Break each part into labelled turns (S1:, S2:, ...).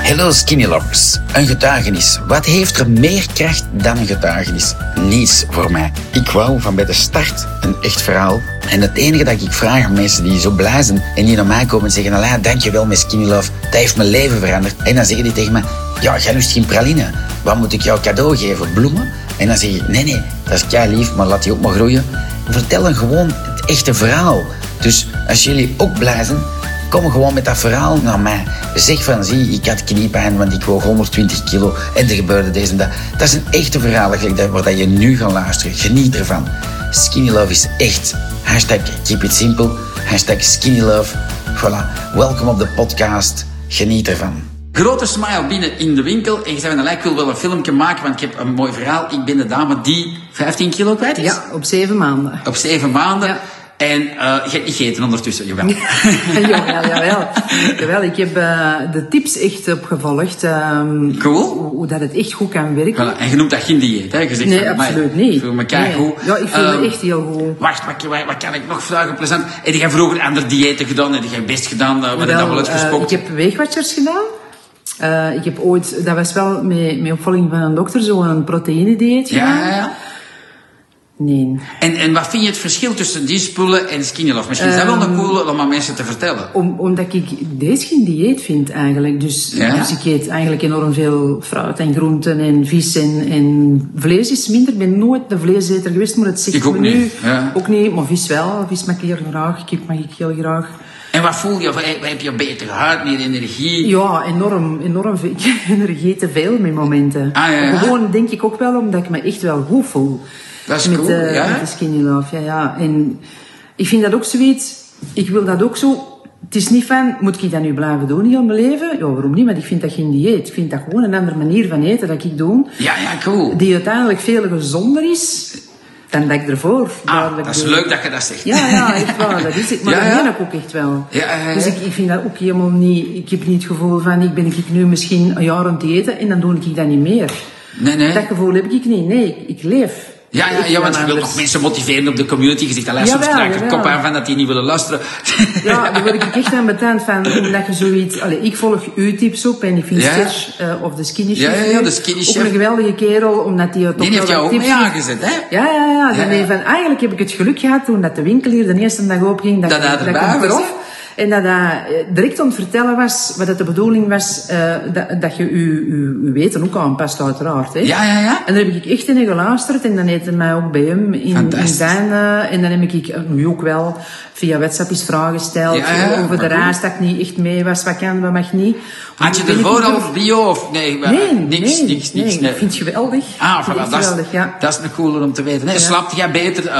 S1: Hello Skinny Lovers. Een getuigenis. Wat heeft er meer kracht dan een getuigenis? Niets voor mij. Ik wou van bij de start een echt verhaal. En het enige dat ik vraag aan mensen die zo blazen en die naar mij komen en zeggen: Allee, dankjewel, mijn Skinny Love. Dat heeft mijn leven veranderd. En dan zeggen die tegen mij: Ja, jij lust geen praline. Wat moet ik jou cadeau geven? Bloemen? En dan zeg ik: Nee, nee, dat is kei lief, maar laat die ook maar groeien. Vertel hen gewoon het echte verhaal. Dus als jullie ook blazen, Kom gewoon met dat verhaal naar mij. Zeg van, zie, ik had kniepijn, want ik woog 120 kilo en er gebeurde deze en dat. Dat is een echte verhaal eigenlijk, dat- waar dat je nu gaat luisteren. Geniet ervan. Skinny Love is echt. Hashtag keep it simple. Hashtag skinny love. Voilà. Welkom op de podcast. Geniet ervan.
S2: Grote smile binnen in de winkel. En je zei, van, "Allee, ik wil wel een filmpje maken, want ik heb een mooi verhaal. Ik ben de dame die 15 kilo kwijt is.
S3: Ja, op zeven maanden.
S2: Op zeven maanden.
S3: Ja.
S2: En eh, je hebt niet gegeten ondertussen, jawel.
S3: jawel, jawel. Jawel, ik heb eh, de tips echt opgevolgd. ehm,
S2: Cool.
S3: Hoe, hoe dat het echt goed kan werken.
S2: Voilà. En je noemt dat geen dieet, hè? Je zegt
S3: Nee,
S2: van, "Amai,
S3: absoluut niet.
S2: Ik voel me kei
S3: Nee.
S2: goed.
S3: Ja, ik voel me
S2: Ehm,
S3: echt heel goed.
S2: Wacht, wat, wat, wat kan ik nog vragen? Plezant. Heb jij vroeger andere diëten gedaan? Heb jij best gedaan? eh, Wat heb je dat wel
S3: Wel, eh,
S2: uitgesproken?
S3: ik heb weegwatchers gedaan. Eh, ik heb ooit, dat was wel met, met opvolging van een dokter, zo'n proteïnedieet
S2: ja,
S3: gedaan.
S2: ja, ja.
S3: Nee.
S2: En, en wat vind je het verschil tussen die spullen en skinny love? Misschien is dat
S3: Ehm.
S2: wel een coole om aan mensen te vertellen.
S3: Om, omdat ik deze geen dieet vind eigenlijk. Dus,
S2: Ja?
S3: dus ik eet eigenlijk enorm veel fruit en groenten en vis en, en vlees is minder. Ik ben nooit een vleeseter geweest, maar het zegt
S2: Ik ook
S3: me nu
S2: niet, ja.
S3: ook niet. Maar vis wel, vis mag ik heel graag, kip mag ik heel graag.
S2: En wat voel je? Van, eh, Heb je betere huid, meer energie?
S3: Ja, enorm, enorm veel ik heb energie, te veel met momenten.
S2: Ah, ja, ja.
S3: Maar Gewoon denk ik ook wel omdat ik me echt wel goed voel.
S2: Dat is
S3: met,
S2: cool,
S3: eh,
S2: ja.
S3: Met de skinny love, ja, ja. En ik vind dat ook zoiets, ik wil dat ook zo... Het is niet van, moet ik dat nu blijven doen heel mijn leven? Ja, waarom niet? Maar ik vind dat geen dieet. Ik vind dat gewoon een andere manier van eten dat ik doe.
S2: Ja, ja, cool.
S3: Die uiteindelijk veel gezonder is dan dat ik ervoor
S2: Ah,
S3: duidelijk
S2: dat is
S3: deed.
S2: leuk dat je dat zegt.
S3: Ja, ja, echt waar, dat is het. Maar
S2: Ja,
S3: dat
S2: ja.
S3: meen ik ook echt wel.
S2: Ja, ja, ja.
S3: Dus ik, ik vind dat ook helemaal niet... Ik heb niet het gevoel van, ik ben ik nu misschien een jaar aan het eten en dan doe ik dat niet meer.
S2: Nee, nee.
S3: Dat gevoel heb ik niet. Nee, ik, ik leef.
S2: Ja, ja,
S3: Ik
S2: ja,
S3: ben
S2: want je wilt
S3: anders.
S2: nog mensen motiveren op de community. Je zegt, allee, soms
S3: Jawel,
S2: raak ik
S3: jawel.
S2: kop aan van dat die niet willen luisteren.
S3: Ja, daar word ik echt aan betaald van, omdat je zoiets... Allee, ik volg uw tips op en ik vind
S2: Ja.
S3: Serge, eh, of de Skinny
S2: Ja,
S3: Chef...
S2: ja, ja,
S3: nu
S2: de Skinny
S3: Ook
S2: Chef.
S3: een geweldige kerel, omdat die...
S2: Die heeft jou ook mee aangezet, hè?
S3: Ja, ja, ja.
S2: Ja.
S3: Dan denk ik van, eigenlijk heb ik het geluk gehad toen dat de winkel hier de eerste dag opging.
S2: Dat
S3: ik-
S2: hij erbij
S3: ik hem
S2: was,
S3: trof.
S2: hè?
S3: En dat hij eh, direct aan het vertellen was wat het de bedoeling was, eh, dat, dat je je, je, je weten ook aanpast uiteraard. Hè?
S2: Ja, ja, ja.
S3: En daar heb ik echt in geluisterd en dan heeft hij mij ook bij hem in, in
S2: Fantastisch.
S3: zijn... eh, en dan heb ik eh, nu ook wel via WhatsApp eens vragen gesteld
S2: Ja, ja,
S3: over de
S2: maar goed.
S3: raas dat ik niet echt mee was, wat kan, wat mag niet.
S2: Had je
S3: Ben ik
S2: ervoor
S3: niet
S2: al
S3: durf-
S2: bio of... Nee, maar,
S3: Nee,
S2: niks,
S3: nee,
S2: niks, niks.
S3: nee. Ik vind het geweldig. Ik
S2: Ah,
S3: vind
S2: voilà,
S3: het
S2: dat, is,
S3: geweldig, ja.
S2: dat is een cooler om te weten. Nee, Slaapt jij beter? eh,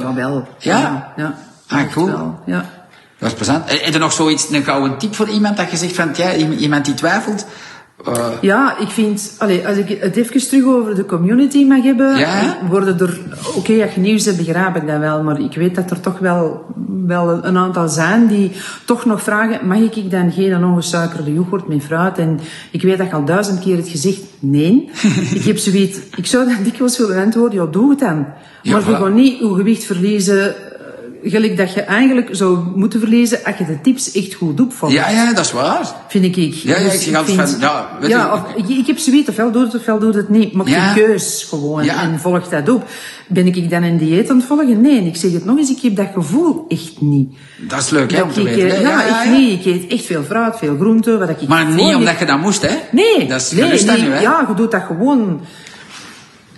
S3: Jawel.
S2: Ja?
S3: Ja.
S2: Ah,
S3: Echt
S2: cool.
S3: wel, Ja.
S2: Dat is plezant. Eh, Heb je nog zoiets, een gouden tip voor iemand dat je zegt van, ja, i- iemand die twijfelt? Eh,
S3: Ja, ik vind, allee, als ik het even terug over de community mag hebben,
S2: Ja?
S3: worden er, oké, als je nieuws hebt, begrijp ik dat wel, maar ik weet dat er toch wel, wel een aantal zijn die toch nog vragen, mag ik dan geen ongesuikerde yoghurt met fruit? En ik weet dat je al duizend keer het gezegd, nee. ik heb zoiets, ik zou dat dikwijls willen antwoorden, ja, doe het dan.
S2: Ja,
S3: maar je
S2: voilà.
S3: gaat niet je gewicht verliezen, eh, gelijk dat je eigenlijk zou moeten verliezen als je de tips echt goed opvolgt
S2: ja, ja, dat is waar.
S3: vind ik. eh, ik.
S2: Ja, ja, ik zeg altijd van, ja, weet je-
S3: ja, of, ik, ik heb zoiets, ofwel doet het ofwel doet het niet. Maak
S2: Ja.
S3: je keus gewoon
S2: Ja.
S3: en volg dat op. Ben ik dan een dieet aan het volgen? Nee, en ik zeg het nog eens, ik heb dat gevoel echt niet.
S2: Dat is leuk, hè, om
S3: Dat
S2: te
S3: ik,
S2: weten.
S3: eh, ja, ik niet. Ik eet echt veel fruit, veel groente, wat ik
S2: Maar niet
S3: gewoon
S2: omdat je dat moest, hè?
S3: Nee,
S2: Dat is
S3: nee,
S2: gerust aan
S3: nee,
S2: u, hè?
S3: Ja, je doet dat gewoon.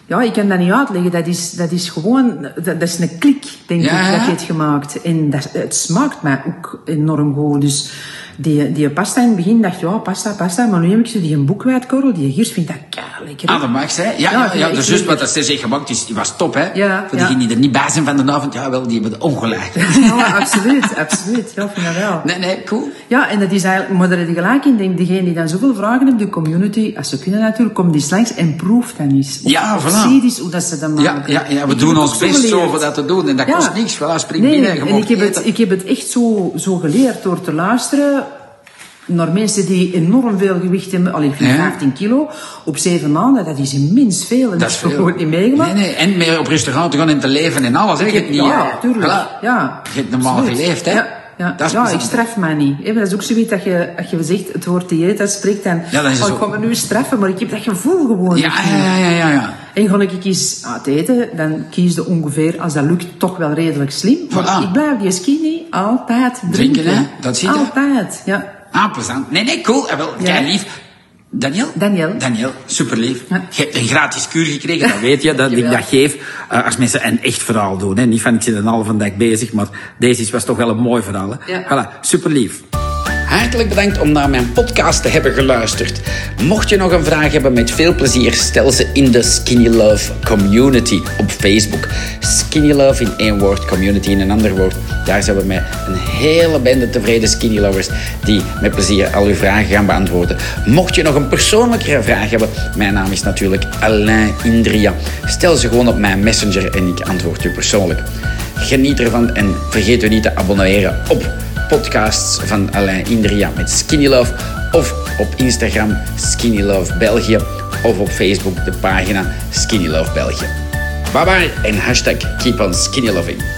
S3: Ja, ik kan dat niet uitleggen. Dat is, dat is gewoon, dat, dat is een klik, denk
S2: Ja,
S3: ik,
S2: ja.
S3: dat je het gemaakt. En dat, het smaakt mij ook enorm goed. Dus die, die pasta in het begin dacht, ja, pasta, pasta. Maar nu heb ik zo die een boekwijdkorrel, die giers vindt dat kei lekker.
S2: Ah, dat mag ze, hè? Ja, ja,
S3: Ja,
S2: ja,
S3: ja,
S2: de
S3: ik
S2: zus
S3: weet
S2: wat dat ze zich gemaakt is, die was top, hè?
S3: Ja,
S2: Voor
S3: ja.
S2: degenen die er niet bij zijn van de avond, ja, wel, die hebben ongelijk.
S3: Ja, absoluut, absoluut. Ja, ik vind dat wel.
S2: nee, nee, cool.
S3: Ja, en dat is eigenlijk, maar daar heb je gelijk in. Ik Denk, degene die dan zoveel vragen hebben, de community, als ze kunnen natuurlijk, kom die langs en proef dan eens. Of-
S2: Ja,
S3: of
S2: voilà.
S3: Zie eens hoe dat ze dat maken.
S2: Ja, ja, ja we
S3: Ik heb
S2: doen
S3: het
S2: ons
S3: ook
S2: best zo
S3: geleerd.
S2: voor dat te doen. En dat
S3: Ja.
S2: kost niks. Voilà, spring
S3: nee,
S2: binnen. Je
S3: en
S2: mag
S3: ik heb, het,
S2: eten.
S3: ik heb het echt zo, zo geleerd door te luisteren naar mensen die enorm veel gewicht hebben. Allee, ik vind
S2: Ja.
S3: 15 kilo op 7 maanden, dat is immens veel. En dat, is
S2: veel.
S3: gewoon niet meegemaakt.
S2: Nee, nee. En meer op restaurant te gaan en te leven en alles, hè? Je hebt niet,
S3: Ja,
S2: hè?
S3: tuurlijk.
S2: Voilà.
S3: Ja,
S2: Je hebt normaal
S3: absoluut.
S2: geleefd, hè?
S3: Ja. ja.
S1: Dat is
S3: ja ik
S1: plezant.
S3: straf mij niet. Hè, maar Dat is ook zoiets dat je, als je zegt het woord dieet dat spreekt dan.
S1: Ja, dat is
S3: oh,
S1: zo.
S3: ik ga me nu straffen, maar ik heb dat gevoel gewoon.
S1: Ja,
S3: niet.
S1: ja, ja, ja, ja.
S3: En ga ik kies uit eten, dan kies je ongeveer, als dat lukt, toch wel redelijk slim. Maar
S1: Voilà.
S3: ik blijf die skinny altijd drinken.
S1: Drinken, hè? Dat zie je.
S3: Altijd, ja.
S1: Ah, plezant. Nee, nee, cool. Eh, wel,
S3: Ja.
S1: kei lief. Daniel?
S3: Daniel.
S1: Daniel, super lief.
S3: Ja.
S1: Je hebt een gratis kuur gekregen, dat weet je, dat ik
S3: Jawel.
S1: dat geef. eh, als mensen een echt verhaal doen, hè. Niet van ik zit een halve dag bezig, maar deze is- was toch wel een mooi verhaal, hè.
S3: Ja.
S1: Voilà, super lief. Hartelijk bedankt om naar mijn podcast te hebben geluisterd. Mocht je nog een vraag hebben, met veel plezier stel ze in de Skinny Love Community op Facebook. Skinny Love in één woord, community in een ander woord. Daar zijn we met een hele bende tevreden Skinny Lovers die met plezier al uw vragen gaan beantwoorden. Mocht je nog een persoonlijkere vraag hebben, mijn naam is natuurlijk Alain Indria. Stel ze gewoon op mijn messenger en ik antwoord u persoonlijk. Geniet ervan en vergeet u niet te abonneren op podcasts van Alain Indria met Skinny Love. Of op Instagram Skinny Love België. Of op Facebook de pagina Skinny Love België. Bye bye en hashtag keep on skinny loving.